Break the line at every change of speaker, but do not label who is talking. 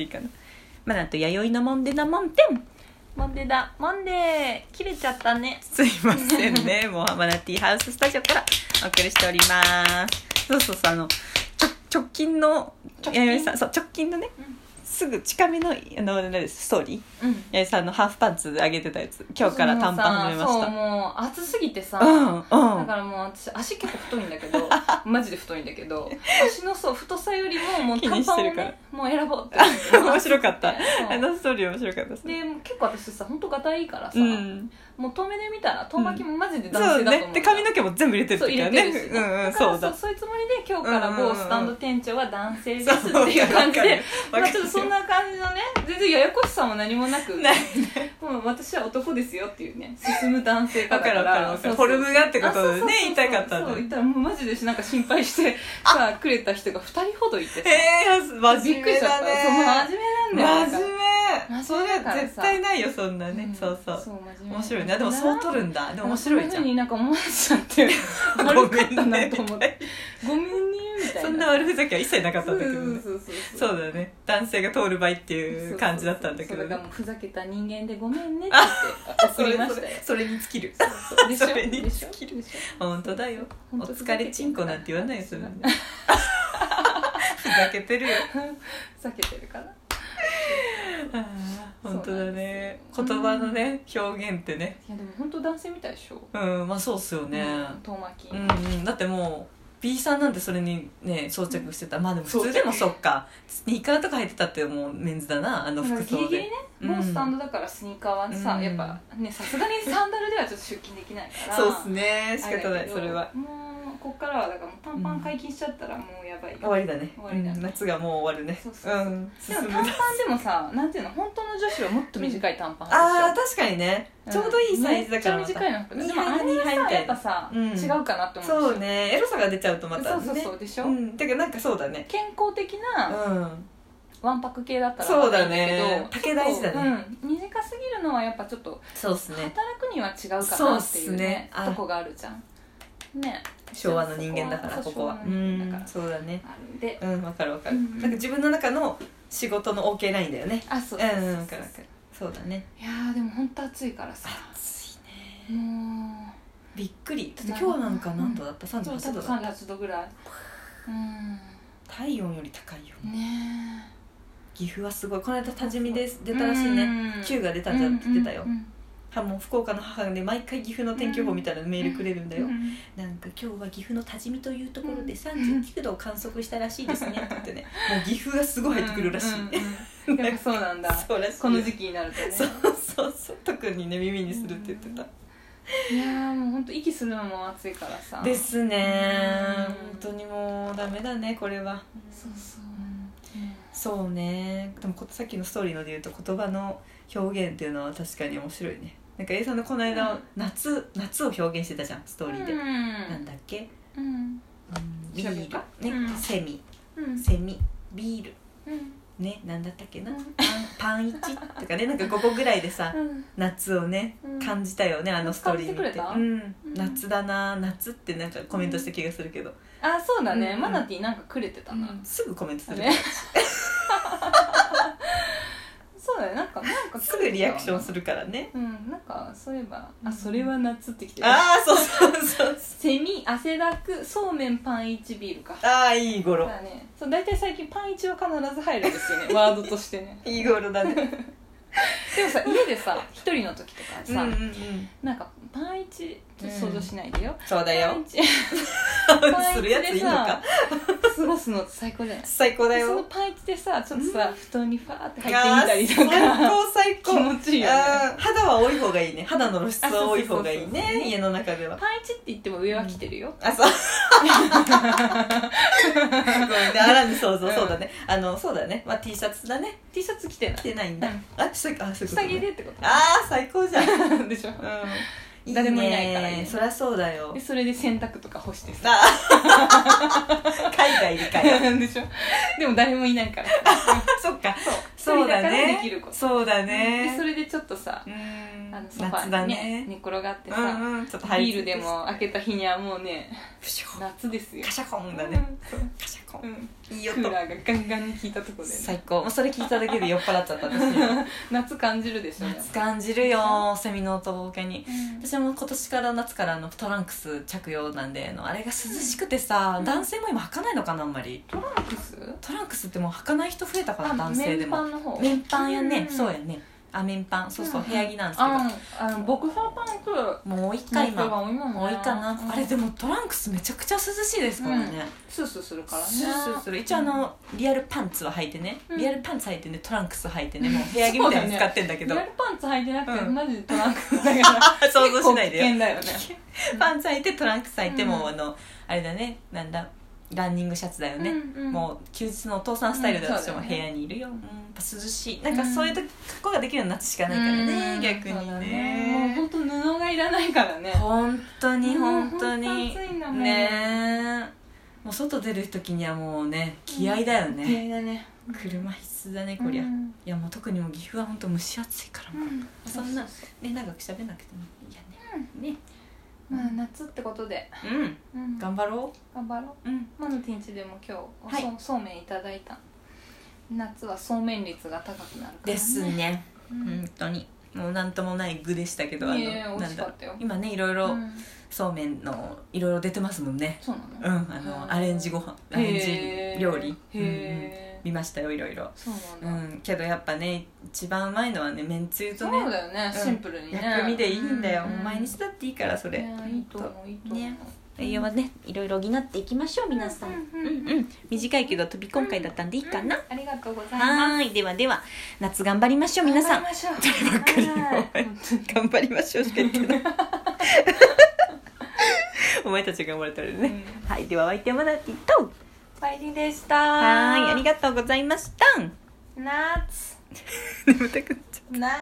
いいかなまああと弥生のモンデダモンテン
モンデだモンデー切れちゃったね
すいません ねもうハマナティーハウススタジオからお送りしておりますそうそうそうあのちょ直近の
直近
弥生さんそう直近のねすぐ近めのあの何ですストーリー
うん、うん、
弥生さんのハーフパンツ上げてたやつ今日から短パン始めま
そ
し
う
た
もう暑すぎてさ、
うんう
だ
ん
からもう私足結構太いん だけどマジで太いんだけど足のそう太さよりももう
気
短
に
パ
し
ン
て
を、
るから
ね、もう選ぼうって
面白かった
そう
あのストーリー面白かったですね
で結構私さ本当ガタいいからさ、
うん
もう遠目で見たら遠巻きもマジで男
そ
性
う
だと思
ね
う、
で髪の毛も全部入れてる
そう
時
入れ
は
て
ね
るし、
うんうん
から
そう
そ
だ
うそういうつもりで今日から
うんうんう
某
ん
スタンド店長は男性ですっていう感じでまあちょっとそん
な
な感じのね全然ややこしさも何もなく
ない
もう私は男ですよっていうね進む男性化
わ
だ
か
か
るわからるわか
そう
る
そ
フ
う
ォルムがってこ
あそう
と
そう
で
そう
ね言いたかったん
そう
だ
言
ね
ったらもうマジでなんか心配してさくれた人が2人ほどいてさ
えー、真
びっ
面
くり
目
しちゃった
だ
そう
ね
真面目なんだ
真
よ
面目
真
そ
面
れ
目だからさ
は絶対ないよそんなね、
ん
そうそう
そう真面目
面白いねでもそう撮るんだでも面白いじゃ
そんな風
ん
になんか思わせち ゃって悪かったなと思ってごめんねみたいな
そんな悪ふざけは一切なかったんだけどね
そうそうそう
そうだね男性が通る場合っていう感じだったんだけど
そうそうそうそれが
ね
もうふざけた人間でごめんねって言って送りましたよ
それに尽きる
そうそうでしょ
それに
でしょ
尽き
でしょ
本当だよお
本当
疲れチンコなんて言わないよそれ ねふざけてるよ
ふざけてるから
あー本当だね
そう
言
なんですよ
葉のね表現ってね
いやでも本当男性みたいでしょ
うんまあそうっすよね
うん遠巻き、
うんうんだってもう B さんなんてそれにね装着してたまあでも普通でもそっかスニーカーとか履いてたってもうメンズだなあの
だから
服
ギリ
装
ギリ
で
ね、
うん
もうスタンドだからスニーカーはさ、
うん
やっぱねさすがにサンダルではちょっと出勤できないから
そうっすね仕方
あ
な
れだけ
い
ど
それは
もうこっからはだからもう短パン解禁しちゃったらもうやばいよ、
終わりだね
終わりだね
うん夏がもう終わるね
そうそうそうんでも
進む
短パンでもさなんていうの本当の女子はもっと短い短パンでしょ
あー確かにねちょうどいいサイズだから
め
ま
っち
た
ゃ短いのかな
二
でも
杯
あれはさ
二杯みたいな
やっぱさ、
うん
違うかなって思う
そうねエロさが出ちゃうとまた
そう
ね
そうそうでしょ、
うんてかなんかそうだね
健康的
う
なんわんぱく系だったら
そうだ
いいんだけど
ね竹大事だね
うん、短すぎるのはやっぱちょっと
そうっす
働
ね
くには違うかなっていう
そうっす
ね
ねあ
とこがあるじゃんね
昭和の人間だから
そ
こ
う
こはう
昭和の人間だ
ん
から
そうだね
あるんで
うんわかるわかる
うんうん
なんか自分の中の仕事の OK ラインだよね
あそううんそ
わ
うそうそう
かるわかるそうだね
いやーでも本当暑いからさ
暑いね
も
びっくりだって今日なんか何度だった
うちょっと
38度だっ
38度ぐらいうん
た体温より高いよ
ね
岐阜はすごいこの間多治見です
え
出たらしいね
9
Q が出たんじゃんって言ってたよはもう福岡の母がね毎回岐阜の天気予報みたいなメールくれるんだよなんか今日は岐阜の多治見というところで39度を観測したらしいですねって言ってねもう岐阜がすごい入ってくるらしい、ね
うんうんやっぱそうなん だ
そうらしいよ
この時期になるとね
そうそうそう特にね耳にするって言ってた、
いやーもう本当息するのも暑いからさ
ですね
うん
本当にもうダメだねこれは
そうそう
そうねでもこさっきのストーリーので言うと言葉の表現っていうのは確かに面白いねなんか A さんのこの間、
うん
夏夏を表現してたじゃんストーリーで、
うん
なんだっけ、
うん
うん、ビ
調べ
ー
るか
ル、ね
うん
セミ
うん
セミビール
うん
ねなんだったっけな、
うん
パンイチとかねなんか5個ぐらいでさ
うん
夏をね
うん
感じたよね、あのストーリー見て
感じてくれた
うん
うん
夏だな夏ってなんかコメントした気がするけど、
あそうだね
うん
マナティーなんかくれてたな
すぐコメントする、
ねそうだねなんかなんか
すぐリアクションす
る
るからね
うんなんかそういえば
う
あ
ん
それは夏ってきてる
ああそうそうそう
セミ汗だくそうめんパンイチビールか
ああいい
そう
頃
だねそう大体最近パンイチは必ず入るんです よねワードとしてね
いい頃だね
でもさ家でさ一人の時とか
うんう
さ、
んうん
なんかパンイチちょっと想像しないでよ、
そうだ
パン
よ
イチ
するやついいのか
過ごすのって最高じゃない
最高だ
その
よ
パンイチでさちょっとさ、布団にファーって入
あ
って
ー
みたりとか
最高最高
気持ちいいよね
あー肌は多い方がいいね肌の露出は多い方がいい
あそうそうそうそう
ね家の中では
パンイチって言っても上は着てるよ、
あ、そう。ごめんね、あらぬ想像、そうだね。あの、そうだね。まあ、T シャツだね。
T シャツ着てない
着てないんだ。
うん
あ、下着、あ、そういうこと
下
ね
着でってこ
あー、最高じゃん。うん。
と でしょ
ね
誰もいないからいいね
そりゃそうだよ
で。それで洗濯とか干してさ
あ 海外でかい。
でしょでも誰もいないから
そっか。
そう
そう
りだからできること
そうだ
で
ね
それでちょっとさ
うん
あのソファ
夏だ
ーに、ね
ね
寝転がって
う
さ、
んうんちょっと
ビールでも開けた日にはもうね
プシュ
夏ですよ
カシャコンだね
うん
カシャコ
う
ン
ん
いい
ク
音
ーラーがガンガンに効いたとこで、ね、
最高もうそれ聞いただけで酔っ払っちゃ ったんですよ
夏感じるでしょ
夏感じるよセミの音ボケに
うん
私も今年から夏からあのトランクス着用なんであのあれが涼しくてさ、
うん
男性も今履かないのかなあんまり
トランクス
トランクスってもう履かない人増えたか
あ
な男性でも
綿パンの方
綿パンやね、
うん
そうやねあ綿パンそうそう、
うん
部屋着なんですけど、
ああのボクサーパンク
もう一回今も
多いもんね
う一回な、
うん
あれでもトランクスめちゃくちゃ涼しいですからね、
スースーするからね
スースーする一応あのリアルパンツは履いてね、
うん
リアルパンツ履いてねトランクス履いてねもう部屋着みたいに使ってんだけ
リア
ど、
ルパンツ履いてなくて、
うん
マジでトランクスだから
あ 想像しないでよ
結構危険だよね
パンツ履いてトランクス履いて、
うん
もうあのあれだねなんだランニングシャツだよね、
うんうん
もう休日のお父さんスタイルで
うん
私も
そう
部
だよね
屋にいるよ、うんやっぱ涼しいなんかそういう時格好ができるようになってしかないからね、
うん
逆
そうだ
に
ねも
ね
う本当布がいらないからね
本当に本当に、
うん本当暑いんだもん
ねえもう外出る時にはもうね気合だよね、
嫌いだね
車必須だねこりゃ、
うん
いやもう特にもう岐阜は本当蒸し暑いからもう、
うん
そんなね長く喋んなくてもいいやね、ね
まあ夏ってことで、
うん
うん、
頑
頑
張ろ
張ろう
ううん
マのティンチでも今日、
はい
そうそうめんいただいた夏はそうめん率が高くなるから、ね、
ですね
うん
本当にもうなんともない具でしたけど
いやいや美味しかったよ
なんだ今ねいろいろ、
うん
そうめんのいろいろ出てますもんね
そう
うん
なの、
あのアレンジご飯アレンジ料理、
へえ、
見ましたよいろいろ
そう
う
なんだ、
んけどやっぱね一番うまいのはねめんつゆと
そう
ね
だよね、シンプルにね
薬味でいいんだよ、もう毎日
だ
だっていいからそれ、
いいと思ういいと思う、
ね栄養はねいろいろ補っていきましょう皆さん、
う
うんん
う
うんん
うん
短いけど飛び込回だったんでいいかな、
うんありがとうございます
はーいではでは夏頑張りましょう皆さん
頑張りましょう
ばっかりよ
はい本当に
頑張りましょうしか言って ないお前たちが頑張れたらね、
う
はいではお相手はマナティと
パイリでした
はーいありがとうございました
夏
眠たくなっちゃう
夏